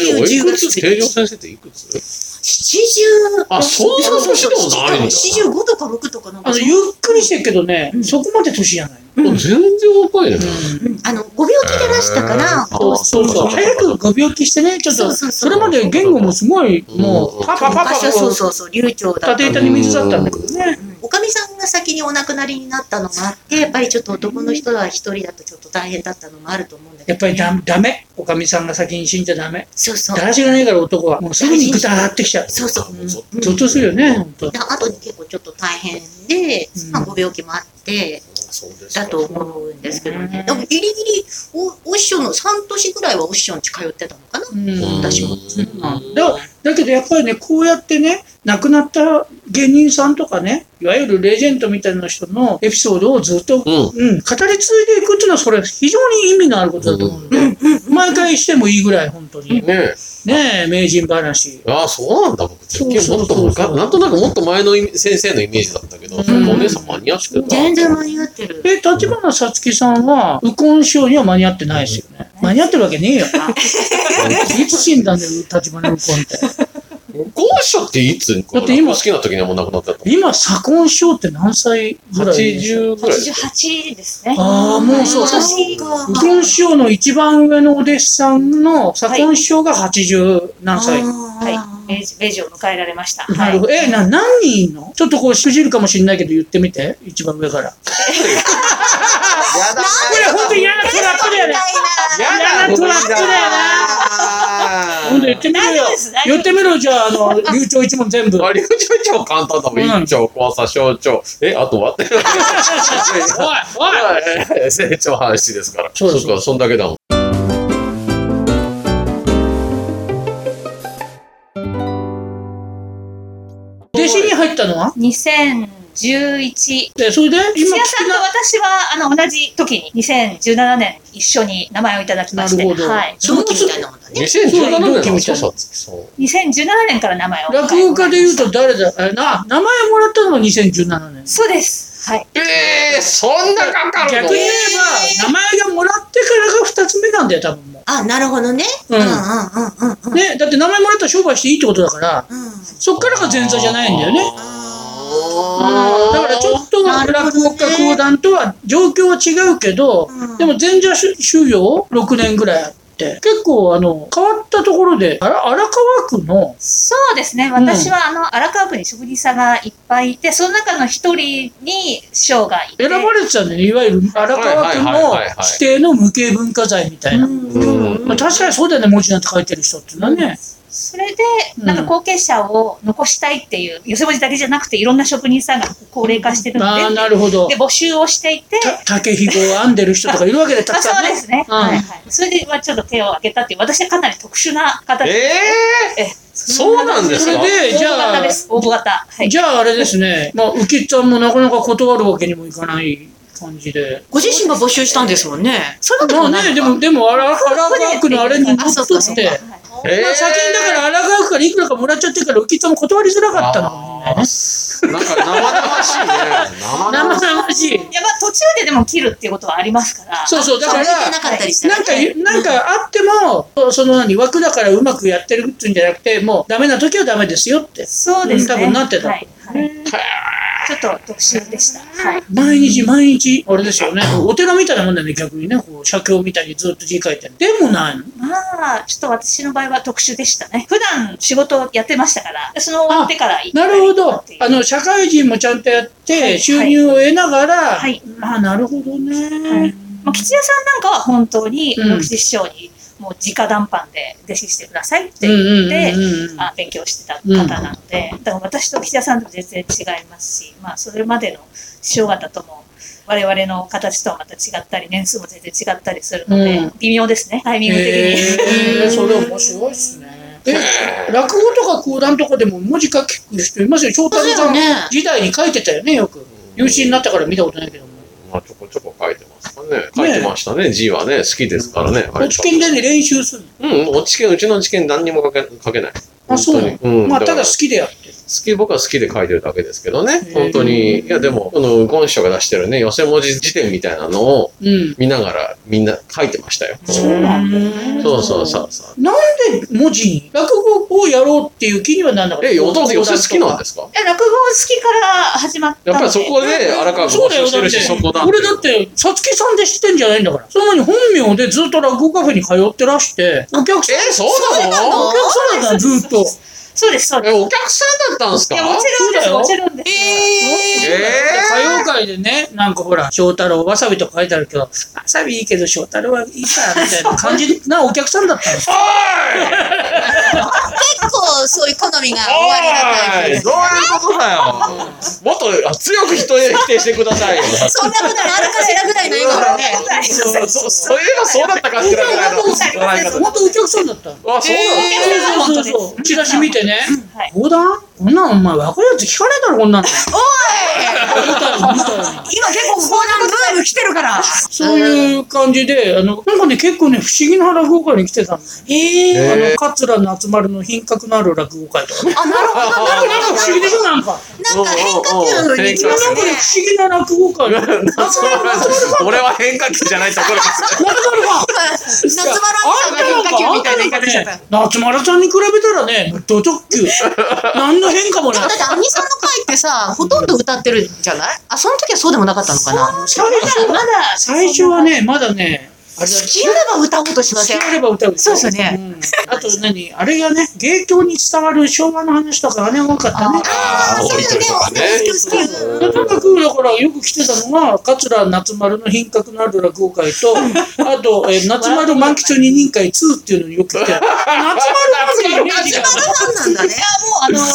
C: えおいくつ定常先生っていくつ
E: 七十
C: あそんな年でもないんだ
E: 七十五とか六とかなん
B: あ
E: か
B: の、
E: その、
B: ゆっくりしてるけどね、そこまで年じゃない。
C: もう全然若いね。
E: うんあの、ご病気でらしたから、
C: へーあ
B: そうそう。早くご病気してね、ちょっ
E: そ
B: と、
E: うそうそ
B: そ
E: う
B: れまで言語もすごい、も
C: う
B: う、
C: ん
B: パパパパ、
E: 昔はそう
B: 立
E: そうそう、流暢だった。
B: て板に水だったんだけどね。
E: うんおかみさんが先にお亡くなりになったのもあって、やっぱりちょっと男の人は一人だとちょっと大変だったのもあると思うんだけ
B: やっ
E: ど、
B: ぱりダダメ。おかみさんが先に死んじゃダメ。
E: そうそう
B: だ。らしがないから男は、もうすぐにグタ上がってきちゃう。
E: そうそう。
B: うんゾッとするよね、本当。
E: だあと結構ちょっと大変で、
B: うん
E: まあ、ご病気もあって、だと思うんですけどね。でもギリギリお、お師匠の、3年ぐらいはお師匠の家通ってたのかな
B: うん
E: 私
B: う
E: も。
B: んだだけどやっぱりね、こうやってね、亡くなった芸人さんとかね、いわゆるレジェンドみたいな人のエピソードをずっと、
C: うん。
B: うん、語り継いでいくっていうのは、それ非常に意味のあることだと思うんで、毎回してもいいぐらい、本当に。
C: ねえ。
B: ねえ、名人話。
C: ああ、そうなんだ、僕。
B: そう
C: いやもっと
B: そうそう
C: 昔なんとなくもっと前のイメ先生のイメージだったけど、
B: ん
C: お姉さん間に合わせてた。
E: 全然間に合ってる。
B: え、立花さつきさんは、右近師匠には間に合ってないですよね。間に合ってるわけねえよ な。いつ死んだんだよ、立花右近って。
C: ゴーショっていつ
B: だって今
C: 好きな時にはもう亡くなってた。
B: 今、左近師匠って何歳ぐらいでしょ
C: 80ぐらい。
D: 88ですね。
B: ああ、もうそう。
E: そうか
B: 右近師匠の一番上のお弟子さんの左近師匠が80何歳。
E: は
D: はいい。明治明治を迎えられました。
B: な
D: は
B: る
D: い
B: ほ。ど。え、な、何人いんのちょっとこう、しくじるかもしれないけど言ってみて。一番上から。こ
F: やだ
B: れ、本当に嫌なトラップだよね。嫌なトラップだよな。ほんと言ってみろよ。言ってみろ、じゃあ、あの、流暢一問全部。
C: あ、流暢超簡単だもん。
B: うん
C: 院長、怖さ、小腸。え、あとはって。
B: おい、おい
C: はい成長話ですから。
B: そうそう
C: っか、そんだけだもん。
B: 弟子に入ったのは
D: 2011。
B: で、それで
D: 土
B: 今
D: 屋
B: 聞
D: さ
B: き
D: んと
B: な。
D: 私は、あの、同じ時に、2017年、一緒に名前をいただきまして、
B: なるほど
D: はい。
E: 同期みたいなもんだね。
C: 2017年
B: 同期みたいな
C: そうそう
D: 2017年から名前を。
B: 落語家で言うと誰だえな、名前もらったのが2017年。
D: そうです。はい。
C: えー、そんなかかる
B: 逆
C: の
B: に言えば、名前がもらってからが2つ目なんだよ、多分も
E: あ、なるほどね。
B: う。
E: うんうん
B: う
E: うんうん
B: ん。ね、だって名前もらったら商売していいってことだから、
E: うんうん。
B: そっからが前座じゃないんだよね。
C: あー
B: だからちょっと
E: なるほ
B: 落
E: どね
B: 語家講談とは状況は違うけど、
E: うん
B: でも前座修修行6年ぐらいあって、結構あの、変わったところで、あら荒川区の、
D: そうですね。私は、あの、荒川区に職人さんがいっぱいいて、その中の一人に師匠がいて。
B: 選ばれてたんだよね、いわゆる荒川区
C: はいはい
B: の
C: はいはいはい
B: 指定の無形文化財みたいな。
C: うん
B: まあ、確かにそうだよね、文字なんて書いてる人っていうのはね。
D: それで、
B: うん
D: なんか後継者を残したいっていう、寄せ文字だけじゃなくて、いろんな職人さんが高齢化してるの
B: ああ、
D: で、
B: なるほど
D: で、。募集をしていて、
B: た竹ひごを編んでる人とかいるわけで、た
D: ま
B: く
D: あ、
B: さ
D: そ
B: ん
D: う
B: ね。
D: ですね。
B: うん
D: はいはい。それで、まあ、ちょっと手を挙げたっていう、私はかなり特殊な形
C: え
D: で。
C: え
D: ええ
C: そうなんですか
B: それで、じ
D: 応募型
B: ゃあ
D: で、す。応募型。はい。
B: じゃああれですね、まあ、浮きさんもなかなか断るわけにもいかない感じで。
E: ご自身が募集したんですもんね。そういうこと
B: ま
E: も
B: あ
E: ないの
B: ね、
E: か
B: でも、でも、あら、荒川区のあれに乗っ
E: あそうか
B: 取
E: そ
B: っ
E: う
B: て、
E: か
C: ええ
B: まあ先にだから荒川区からいくらかもらっちゃってるから、浮きさんも断りづらかったのもね
C: あ。ーなんか生々しいね。生々しい。
B: 生々しい。
D: いや、まあ、途中ででも切るっていうことはありますから。
B: そうそう、だ
E: そ
B: か
E: う見て
B: ら
E: な、かったりしたら
B: なんか、なんかあっても、そその何、枠だからうまくやってるっていうんじゃなくて、もうダメな時はダメですよって。
D: そうです
B: う
D: ね。
B: ん多分なってた
D: はい。はいちょっと特殊でした。はい。
B: 毎日毎日、あれですよね。お寺みたいなもんだよね、逆にね。こう、写経みたいにずっと字書いてる。でもないの。
D: まあ、ちょっと私の場合は特殊でしたね。普段仕事をやってましたから、その終わってから行った
B: な
D: り
B: るほど。
D: っ
B: あ
D: ていう
B: の、社会人もちゃんとやっ
D: は
B: て、
D: い
B: 収入を得ながら、
D: はい
B: まあ、なるほど
D: は
B: ね
D: い。まあ、吉谷さんなんかは本当に、
B: うん
D: 吉師匠に、もう直談判で弟子してくださいって
B: うんうん
D: 言
B: うん
D: っ
B: う
D: て、
B: ん
D: あ勉強してた方なので、だから私と吉田さんとも全然違いますし、まあ、それまでの師匠方とも我々の形とはまた違ったり年数も全然違ったりするので、
B: うん
D: 微妙ですねタイミング的に。
B: へーそれ面白いっすね。え、落語とか講談とかでも文字書く人いますよ。翔太郎さん
E: そうだよね
B: 時代に書いてたよね、よく。有志になったから見たことないけども。
C: まあ、ちょこちょこ書いてますかね。書いてましたね。字はね、好きですからね。
B: 落ち研でね、練習する
C: うん、落ち券、うちの落ち券何にも書け書けない。
B: の。あ、そうな
C: 本当にう
B: の
C: ん
B: まあ、
C: だか
B: た
C: ら
B: だ好きでやってる。
C: 好き、僕は好きで書いてるだけですけど
B: へ。
C: ね
B: ー
C: 本当に。いや、でも、この、ゴン師匠が出してるね、寄せ文字辞典みたいなのを
B: うん。
C: 見ながら、みんな書いてましたよ。
B: そうなんだね。
C: そうそうそうそう。
B: なんで文字に落語をやろうっていう気にはなんなかった
C: え、お父さん寄せ好きなんですか
D: え落語好きから始まった
C: やっ
D: の
C: ぱ
D: で
C: りそこで荒川
B: そ
C: 募
B: うだよ、
C: 集し
B: だ
C: て
B: っ
C: る
B: て
C: し、そこだ。
B: 俺だって、さつきさんで知ってんじゃないんだから。その前に本名でずっと落語カフェに通ってらして、お客さん、
C: え、そうなの
B: お客さんだったのずっと。
D: そうですそうで
C: え、
D: す
C: お客さんだったんですか
D: いやもちろんです
B: そう
D: も
B: だ
D: ちろんです、
B: え歌謡界でね、なんかほら、翔太郎、わさびとか書いてあるけど、わさびいいけど翔太郎はいいから、みたいな感じなお客さんだったんですよ。
E: 結構そういう好みが終わりなタ
C: お
E: イ
C: い
E: プ
C: どういうことだよもっと強く人へ否定してくださいよ。
E: そんなことあるかしらぐらいの笑顔ね。
C: そそそういえばそうだったかしらぐらいの笑い方。
B: 本当お客さんだったの。
C: あ、そうなんだ。
B: そうそうそう。チラシ見てね
D: は、い
B: 講談こんなんお前若いやつ聞かないだろ、こんなの。おいみたいな、みたいな。
E: 今結構講談ブーム来てるから。
B: そういう感じで、あの、なんかね、結構ね、不思議な落語会に来てたの。
E: へえ。
B: あ
C: え
B: の、桂夏丸の品格のある落語会とかね。
E: あ、なるほど。
B: なんか不思議でしょ、なんか。
E: なんか変化球のに
B: いや、なんかね、不思議な落語 会。夏丸、夏
C: 俺は変化球じゃないところです。
B: 丸は、
E: 夏バラみたいな変化球みたいな言い方しちゃった。
B: 夏丸さんに比べたらね、ド直球。 何の変化も
E: で
B: な
E: も
B: い
E: だ。ってアニさんの回ってさ、ほとんど歌ってるじゃないあ、その時はそうでもなかったのかな
B: 最初
D: まだ
B: 最初はね、まだね、あれだ
E: 好きならば歌おうとしません。
B: あれば歌うでしょ
E: そうですよね
B: んあと何あれがね、芸協に伝わる昭和の話とかがね、多かったね。
E: あーそういうね、
B: でとにかく、だからよく来てたのが、桂夏丸の品格のある落語会 と、あと、えー夏丸満喫二人会2っていうのによく来てた。夏丸のイメージが。
E: なんだね。
D: いやもうあの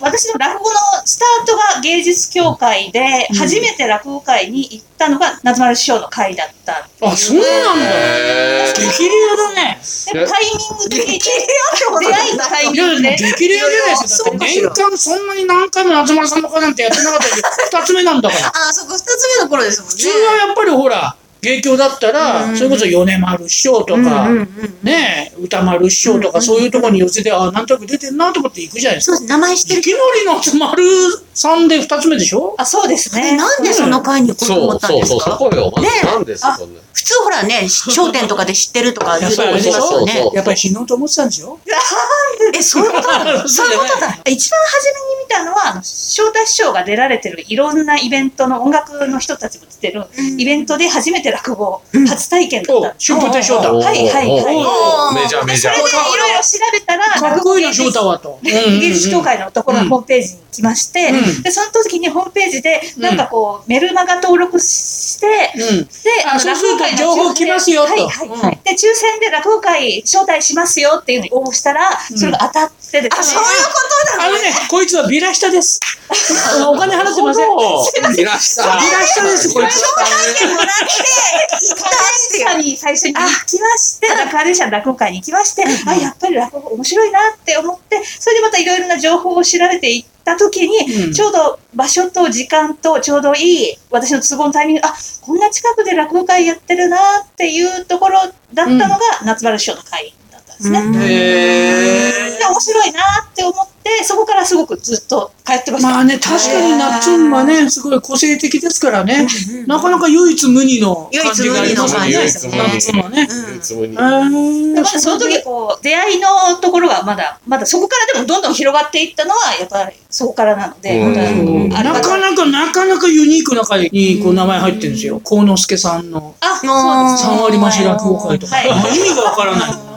D: 私の落語のスタートが芸術協会で、初めて落語会に行ったのが夏丸師匠の会だった。
B: あ、そうなんだ。激レアだね。
D: でもタイミング的に出会いたタイ
B: い
D: ミ
B: や
D: ングで。
B: 激レアじゃないですか。
E: そう
B: だっ
E: か
B: て
E: し
B: 年
E: ら
B: 間そんなに何回も夏丸さんの会なんてやってなかったけど、二つ目なんだから。
E: あ、そこ二つ目の頃ですもんね。
B: 普通はやっぱりほら、芸協だったら、
E: うん
B: それこそ米丸師匠とか、
E: うんうんうん
B: ねえ、歌丸師匠とか、そういうところに寄せて、あ、なんとなく出てんなと思って行くじゃないです
E: そ
B: か。
E: うです、名前知って
B: い
E: る。
B: きなり夏丸さんで二つ目でしょ
D: あ、そうです
E: え、
D: ね。
E: なんでその回に行こうと
C: そ
E: 思
C: う
E: ったん
C: そう
E: です
C: そう、そ
E: か
C: こよ。まずなんです
E: あ
C: そんな。
E: 普通ほらね、商店とかで知ってるとか言うと
B: やっ
E: 思
B: ぱ
E: い
B: り
E: ますよ
C: そうそう
E: ね。
B: やっぱり死のうと思ってたんでしょ
E: え、そういうことなの
B: そういうことだ。
D: 一番初めに見たのは、あの昇太師匠が出られてるいろんなイベントの音楽の人たちも出てる、イベントで初めて落語、初体験だった。
B: 春風亭昇
C: お
B: 太。
C: ー
D: はいはいはい
C: おーおーメジャーメ
D: で
C: ジ
D: そ
C: ャー
D: れでい。ろいろ調べたら、
B: かっ
D: 落
B: こい
D: 語
B: い
D: 芸
B: な、翔
D: 術
B: 太はと。
D: 芸術協会のところのホームページに来まして、
B: うん
D: でその時にホームページでなんかこう、メルマガ登録しして、
B: うん。
D: で、
B: あそうすると
D: 落語会の
B: 情報来ますよと
D: はいはいは
B: う
D: い。で、抽選で落語会招待しますよっていうのに応募したら、それが当たってですね。
B: あのね、こいつはビラ下 です。あのお金払ってません。
C: いらっしゃ
B: ビラ下です、こいつ。
D: 会 に最初に行きまして、落語者の落語会に行きまして、あ、やっぱり落語面白いなって思って、それでまたいろいろな情報を調べていった時に、
B: うん
D: ちょうど場所と時間とちょうどいい私の都合のタイミング、あ、こんな近くで落語会やってるなっていうところだったのが、夏丸師匠の会だったんですね。
B: へ
D: で面白いなって思って、そこからすごくずっと通ってました。
B: まあね、確かにナッツンはね、すごい個性的ですからね。なかなか唯一無二の
E: 唯
B: 感
E: 一
B: じ
E: 無
B: があ
E: 二
B: りま
E: の
B: すね。
E: 感じ
B: ナ
E: で
B: ッ
E: す
B: ツ
E: ね。
B: ンはね。
E: うん
C: い。つもに。
D: で
B: で
D: まだその時こう出会いのところがまだまだそこからでもどんどん広がっていったのはやっぱりそこからなので、
C: うん
D: また
C: うん
D: あれ
B: な
D: また
B: かなか、なかなかユニークな会にこう名前入ってるんですよ。幸之助さんの
D: あ
E: あー
D: そう
B: 3割増し落語会とか。
D: はいなんで
B: 意味がわからない。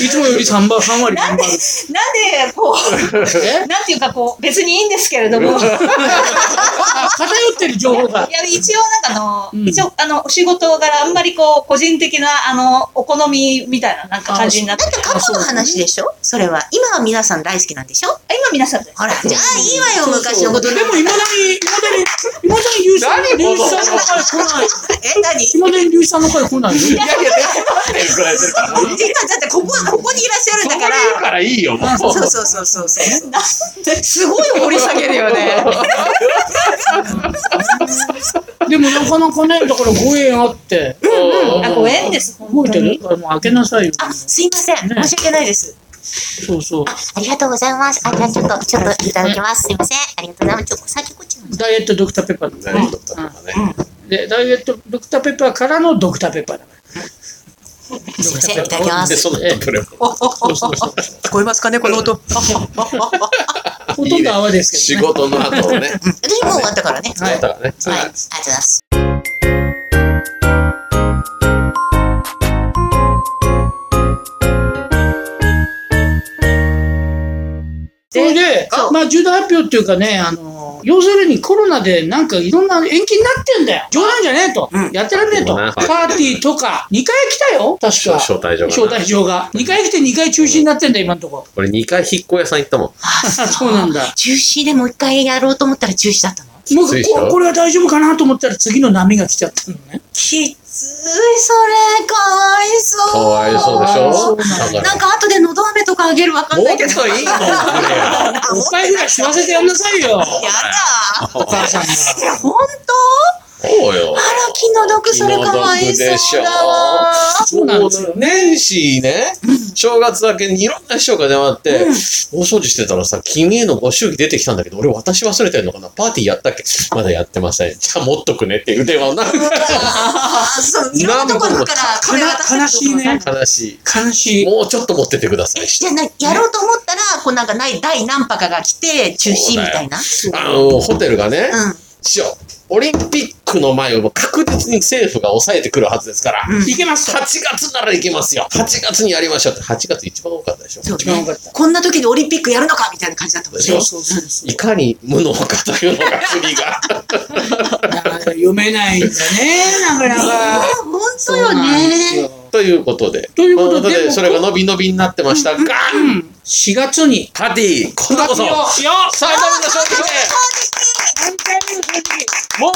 B: いつもより3倍、3割頑張る。
D: こ
B: え
D: うなんていうかこう別にいいんですけれどもいや
B: あ偏ってる情報が。
D: 一応なんかあの、
B: うん
D: 一応あのお仕事柄あんまりこう個人的なあのお好みみたいななんか感じになって
E: だって過去の話でしょそれは。今は皆さん大好きなんでしょ
D: あ今皆さんで
E: ほら、じゃあいいわよ、昔のこと。
B: でも、いまだに、いまだに、いまだに龍一さん
C: 何
B: 龍一さんの会来ない。
E: え、何
B: いまだに龍一さんの会来ないよ。
C: いやいや、出てるぐらいですから。
E: 今、だってここ、ここにいらっしゃるんだ
C: そこ
E: か
C: に
E: ら。
C: いるからいいよ、もう。
E: そうそうそうそうそう。すごい掘り下げるよね。
B: でもなかなかね、だからご縁あって。
D: あご縁です
B: 動
D: 本
B: い
D: 当
B: てる
D: に
B: からもう開けなさいよ。
E: あ、すいません。申し訳ないです。
B: そうそう。
G: ありがとうございます。あ、じゃあちょっと、ちょっといただきます。すいません。ありがとうございます。ちょっとお酒こっちの
B: ダイエットドクターペッパーだ
C: ダ
B: から
C: イエッ
B: ね
C: トとかね。
B: で、ダイエットドクターペッパーからのドクターペッパーだから。
G: すいません。いただきま。
C: ですその後これも。
E: 聞こえますかね、この音。
B: ほとんど泡ですけ
C: 仕
B: どね。
C: 事の後をね。
E: 私もう終わったからね。
C: だからね。
G: はい。ありがとうございます。
B: それで、まあ、重大発表っていうかね、あの、要するにコロナでなんかいろんな延期になってんだよ。冗談じゃねえと。やってらんねえと。
C: そう
B: パ
C: だな
B: ーティーとか、2回来たよ。確か。
C: 招待状
B: 招
C: がな。
B: 待状が。2回来て2回中止になってんだよ、今んと こ。
C: 俺2回引っ越屋さん行ったもん。
B: あそうなんだ。
E: 中止でもう一回やろうと思ったら中止だったの。
B: もう
C: ついでしょ
B: ここれは大丈夫かなと思ったら次の波が来ちゃったのね。
E: きつい、それ、かわいそう。
C: かわいそうでしょ
B: そうなん
E: なんか後でのど飴とかあげるわかん
C: も
E: な
C: っ
E: いけど。
C: といいもんくれよ。
B: おっぱいぐらい吸わせてやんなさいよ、
E: やだ。
B: お母さんが。
E: いや、ほんと
C: そうよ。
E: あら、気の毒、それかわいそうだわ。
B: そうなんですよ
C: 年始ね、正月明けにいろんな師匠が出回って、大掃除してたらさ、君へのご祝儀出てきたんだけど、俺私忘れてんのかなパーティーやったっけまだやってません。じゃあ持っとくねっていう電話をなんか
E: あそう、いろんなところから、これ渡せるとこ
B: 悲しいね。
C: 悲し
B: 悲し
C: い。
B: い。
C: もうちょっと持っててください。
E: じゃあな、やろうと思ったら、こうなんかない、第何波かが来て、中止みたいな。
C: あの、ホテルがね、
E: うん。
C: 師匠、オリンピックの前をもう確実に政府が抑えてくるはずですから、
B: いけます
C: 8月ならいけますよ。8月にやりましょうって、8月一番多かったでしょ。
E: そう
B: 一番多
E: ね
B: かった。
E: こんな時にオリンピックやるのかみたいな感じだったもんね。
C: そう
B: そうそうそ
C: いかに無能かという のが国が。
B: う。なかなか読めないんだね、なかなか。
E: 本当よね。
C: ということで。
B: ということででも
C: それが伸び伸びになってましたが、
B: 4月に。
C: パーティー、今度こそ、
B: よ
C: 埼玉の勝利で、もう、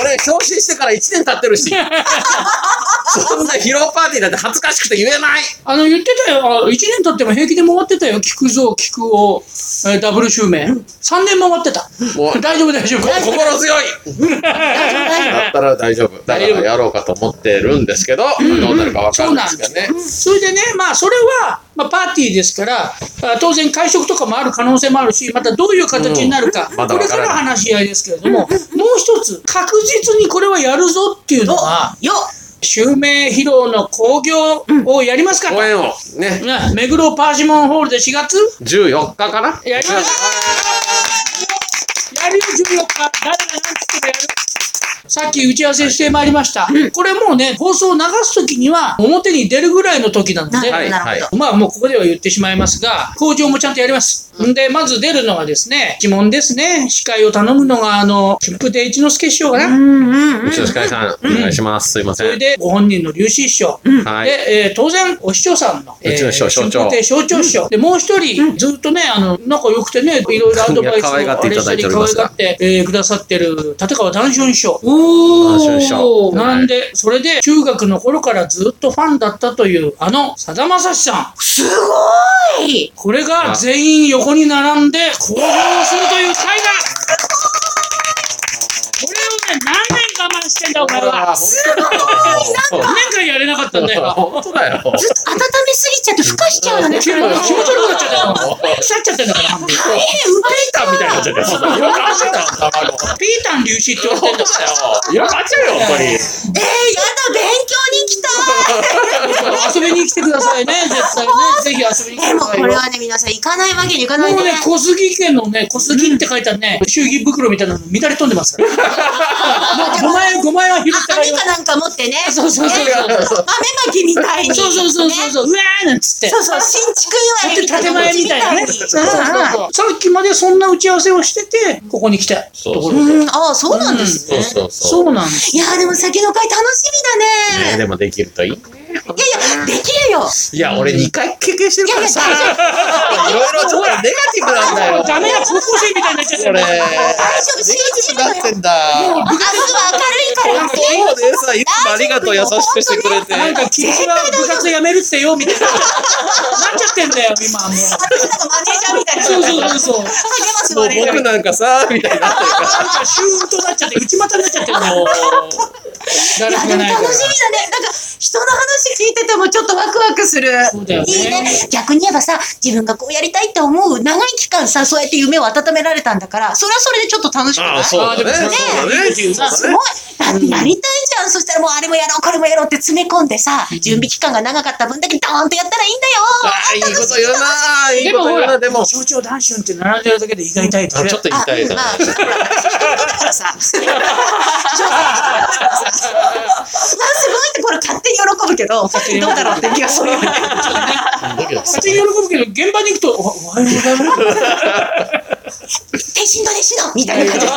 C: 俺、昇進してから1年経って るし、そんな披露パーティーなんて恥ずかしくて言えない。
B: あの、言ってたよ。あ1年経っても平気で回ってたよ。聞くぞ、聞くを。えーダブル襲名。3年回ってた。
C: もう、
B: 大丈夫、大丈夫。
C: 心強いだったら大丈夫。だからやろうかと思ってるんですけど、どうなるかわか
B: そ
C: ん
B: う
C: ない
B: な
C: で
B: ん
C: す
B: で
C: け
B: すよ。。
C: どね
B: それでね、まあ、それは、まあ、パーティーですから、あ当然会食とかもある可能性もあるし、またどういう形になるか、
C: んまだ
B: これ
C: わか
B: から
C: ない
B: ら話し合いですけれども、もう一つ、確実にこれはやるぞっていうのは、
E: よ
B: 襲名披露の興行をやりますかと
C: 応援を、ね、
B: ね目黒パーシモンホールで4月、
C: 14日かな
B: やりますやるよ、14日。誰が何つってもやる。さっき打ち合わせしてまいりました。これもうね、放送を流すときには、表に出るぐらいの時なんで、
C: はいはい。
B: まあもうここでは言ってしまいますが、工場もちゃんとやります。んで、まず出るのはですね、鬼門ですね。司会を頼むのが、あの、春風亭一之輔師匠かな。
C: うちの司会さん、お願いします。すいま
B: そ
C: せ
B: れ
C: ん。
B: で、ご本人の龍師師匠。
C: はい。
B: で、えー当然、お師匠さんの、
C: うちの師匠
B: えー
C: 象徴
B: 春風亭象徴師匠。で、もう一人、ずっとね、あの、仲良くてね、いろいろアドバイスを
C: 可愛がっていただいており
B: 可
C: ま
B: 愛
C: すが
B: がって、えーくださってる、立川談春師匠。
C: 談春師匠
B: なんで、それで、中学の頃からずっとファンだったという、あの、さだまさしさん。これが全員横に並んで行動するという会だこれをね、何年我慢してんだ、お前は。
C: 本当
B: 何年間やれなかったんだ
C: だよ。
B: よ。
C: 本当だよ。
E: 温めすぎちゃって、ふかしち ゃうのね。
B: 気持ち悪くなっちゃったよ。腐っちゃってんだから、半分。
C: ピータンみたいになっちゃって。そんな色変わっちゃったよ、卵。
B: ピータン粒子って言われてんだか
C: 色変わっちゃうよ、やっぱり。
E: えー、やだ、勉強に来た
B: ら。遊びに来てくだ さいね、絶対ね。ぜひ遊びに来て
E: で
B: く
E: も
B: ださい
E: こ
B: よ
E: れ。はね、皆さん行かないわけにいかない
B: も
E: で
B: う
E: ね
B: ね。、小杉家のね、小杉って書いたね、祝儀袋みたいなの乱れ飛んでます から。もう5枚、5枚は拾って
E: あ
B: 帰り
E: 網
B: ます
E: かなんか持ってね。
B: そうそうそうそう。
E: 豆まきみたいに。
B: そうそうそうそうそう、うわーなんつって。
E: そうそう、新築祝いみたい
B: 建
E: な。
B: 前みたいなね。そうそうそう
E: うんうん
B: そう。さっきまでそんな打ち合わせをしてて、ここに来たところで。
E: うん、ああ、そうなんです
C: そう
E: ね。
C: そうそう。
B: そうなんです。
E: いやーでも先の回楽しみだ
C: ね
E: ね。
C: でもできるといい。
E: いやいや、できるよ。
C: いや、俺2回経験してるからさ。
E: いやいや
C: いろいろちょっとネガティブなんだよ。
B: ダメだ、高校生みたいになっちゃった
C: そ
B: よ
C: れ。
E: 大丈夫、集中しろよ。
C: なってんだ。
E: あ、僕は明るいから。
C: そうでさ、いつもありがとう、優しくしてくれて。
B: なんか、君は部活やめるってよ、みたいな。なっちゃってんだよ、今。もう
E: 私なんかマネージャーみたいな。
B: そうそうそうそう。
E: 励ます
C: もう
E: マネージャー。
C: 僕なんかさ、みたいになってるから。
B: なんか、シューンとなっちゃって、内股になっちゃってんだよ。
E: い
B: 誰
E: や、
B: も
E: でも
B: ないから
E: 楽しみだね。なんか、人の話聞いててもちょっとワクワクする。
B: そうだよ
E: いいね
B: ね。。
E: 逆に言えばさ、自分がこうやりたいって思う長い期間さ、そうやって夢を温められたんだから、それはそれでちょっと楽しくない
C: そうだね。そうだね。
E: すごい。だってやりたいじゃん。そしたらもうあれもやろう、これもやろうって詰め込んでさ、準備期間が長かった分だけドーンとやったらいいんだよ。
C: あ、いいこと言うな。いい
B: で
C: こ
B: も
C: と
B: ほ
C: 言うな。
B: ら、
C: で
B: で
C: も
B: も、、象徴男春って並んでるだけで意外タイプ
C: あちょっと言いたい
E: うん
C: だ
E: まあ、
C: ね。
E: ほら私人だからさ。人だからさ。わあ、すごいってこれ勝手に喜ぶけ
B: に喜
E: ど、
B: ぶ
E: どうだろうって気がするよね。
C: だけどさ
B: 勝手に喜ぶけど、現場に行くと、おおはようございます。
E: 天心の弟子のみたいな感じで。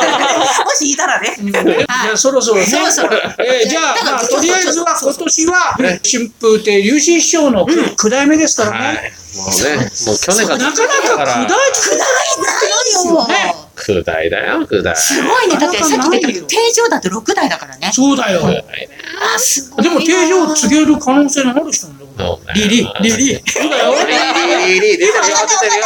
E: もしいたらね。
B: じゃあそろそろね。
E: そろそろ
B: えーじゃあ、まあとりあえずは今年は、春風亭龍神師匠の九代目ですから
C: は
B: ね。。
C: いもうね、もう去年が
B: なかなか九代
E: ない
B: ね
E: よ。
C: 九代だよ、九代。
E: すごいね。だってさっき出たけど、定常だって6代だからね。
B: そうだよ。
E: あ、すごい
B: で
E: な。
B: も、定常を告げる可能性のある人なんだよ。リリー、リリー。そうだよ。
C: リリ出てるよ、出てるよ、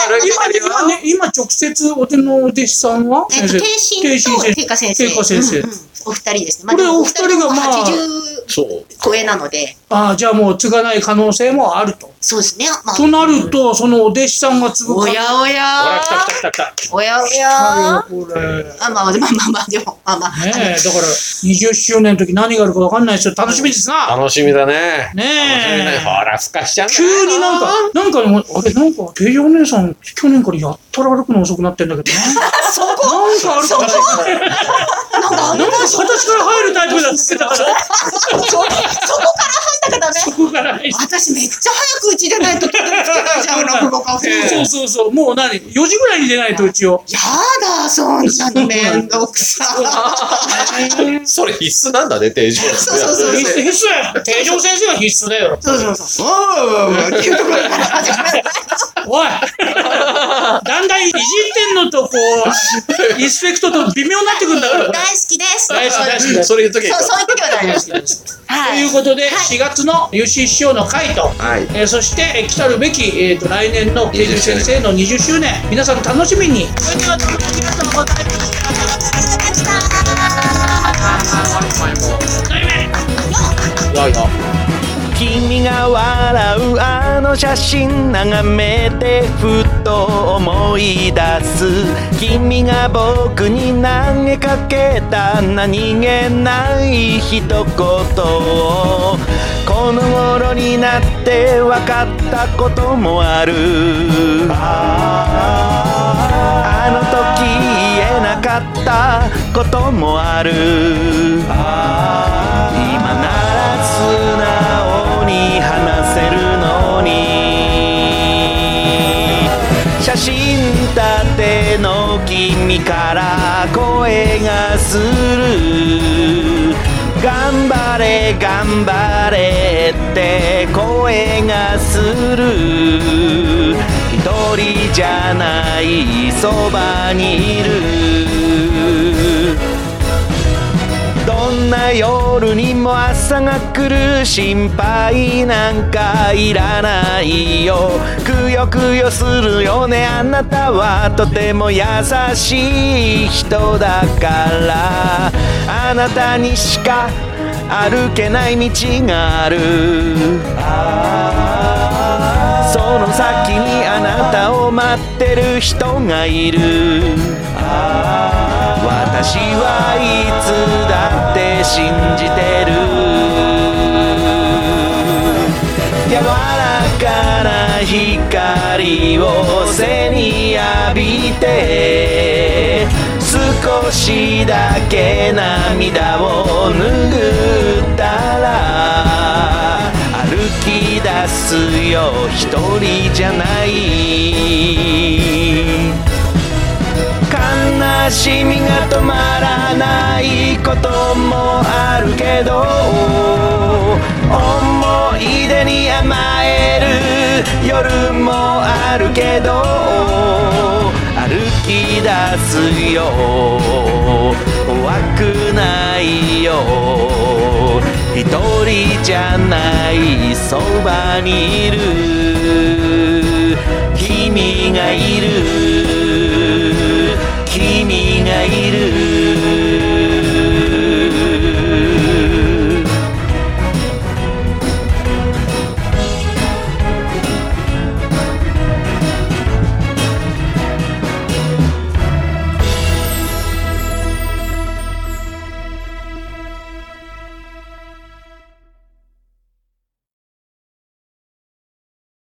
C: 歩いてるよ。
B: 今ね、今直接お手のお弟子さんは
E: えっと、天心と定価先生。
B: 定価先生
E: うんうんお二人ですね。
B: これお二人がまあ
E: お二人とも80
C: そう。
E: 超えなので、
B: ああ、じゃあもう継がない可能性もあると。
E: そうですね。まあ、
B: となると、そのお弟子さんが継ぐ可
E: お
B: 能性
E: やお
C: ほら、
E: や
C: 来た来た来た来
E: おやお
B: あ
E: や
B: るよ、これ。
E: あ、まあまあまあまあ、でも、まあまあ。
B: ねえ、だから、20周年の時何があるか分かんないですよ。楽しみです
C: た。
B: な。
C: 楽しみだね。
B: ね
C: 楽しみだね。
B: え。
C: ほら、ふかしちゃう
B: 急になんか、なんかでも、あれ、なんか、ペイお姉さん、去年からやったら歩くの遅くなってんだけどね。 そこなんかあるかもしれない。
E: なんか、
B: な
E: あ
B: んか形から入るタイプだって言ってたから、
E: そこから入んだけどね。
B: そこから入る。
E: 私めっちゃ早くうち出ないとたどり着けないじゃん、落語家。
B: そうそうそう、もう何 ?4 時ぐらいに出ないと、うちを。
E: やだ、そんなのめんどくさ。
C: それ必須なんだね、定常。
E: そうそうそう
B: 必須、必須や。定常先生は必須だよ。
E: そうそうそう。おー っていうところから始まる。
B: お いだんだんいじってんのと、こう、リスペクトと微妙になってくんだから。
E: 大好きです。
B: 大好き大好き大好き
C: それ言うとき
E: そう、そういう時は大丈夫です。
B: と
E: はいい。
B: うことで、4月の吉井師匠の会と、
C: はい
B: えーそしてえー来たるべき、えー、と来年の定住先生の20周年皆さん楽しみにそれではどうもありがとうございました
H: 君が笑うあの写真眺めてふと思い出す君が僕に投げかけた何気ない一言をこの頃になって分かったこともあるあの時言えなかったなったこともある今なら素直に話せるのに写真立ての君から声がする頑張れ頑張れって声がする一人じゃないそばにいるどんな夜にも朝が来る心配なんかいらないよくよくよするよねあなたはとても優しい人だからあなたにしか歩けない道があるその先にあなたを待ってる人がいる私はいつだって信じてる柔らかな光を背に浴びて少しだけ涙を拭ったら歩き出すよ一人じゃない悲しみが止まらないこともあるけど思い出に甘える夜もあるけど歩き出すよ怖くないよ一人じゃないそばにいる君がいる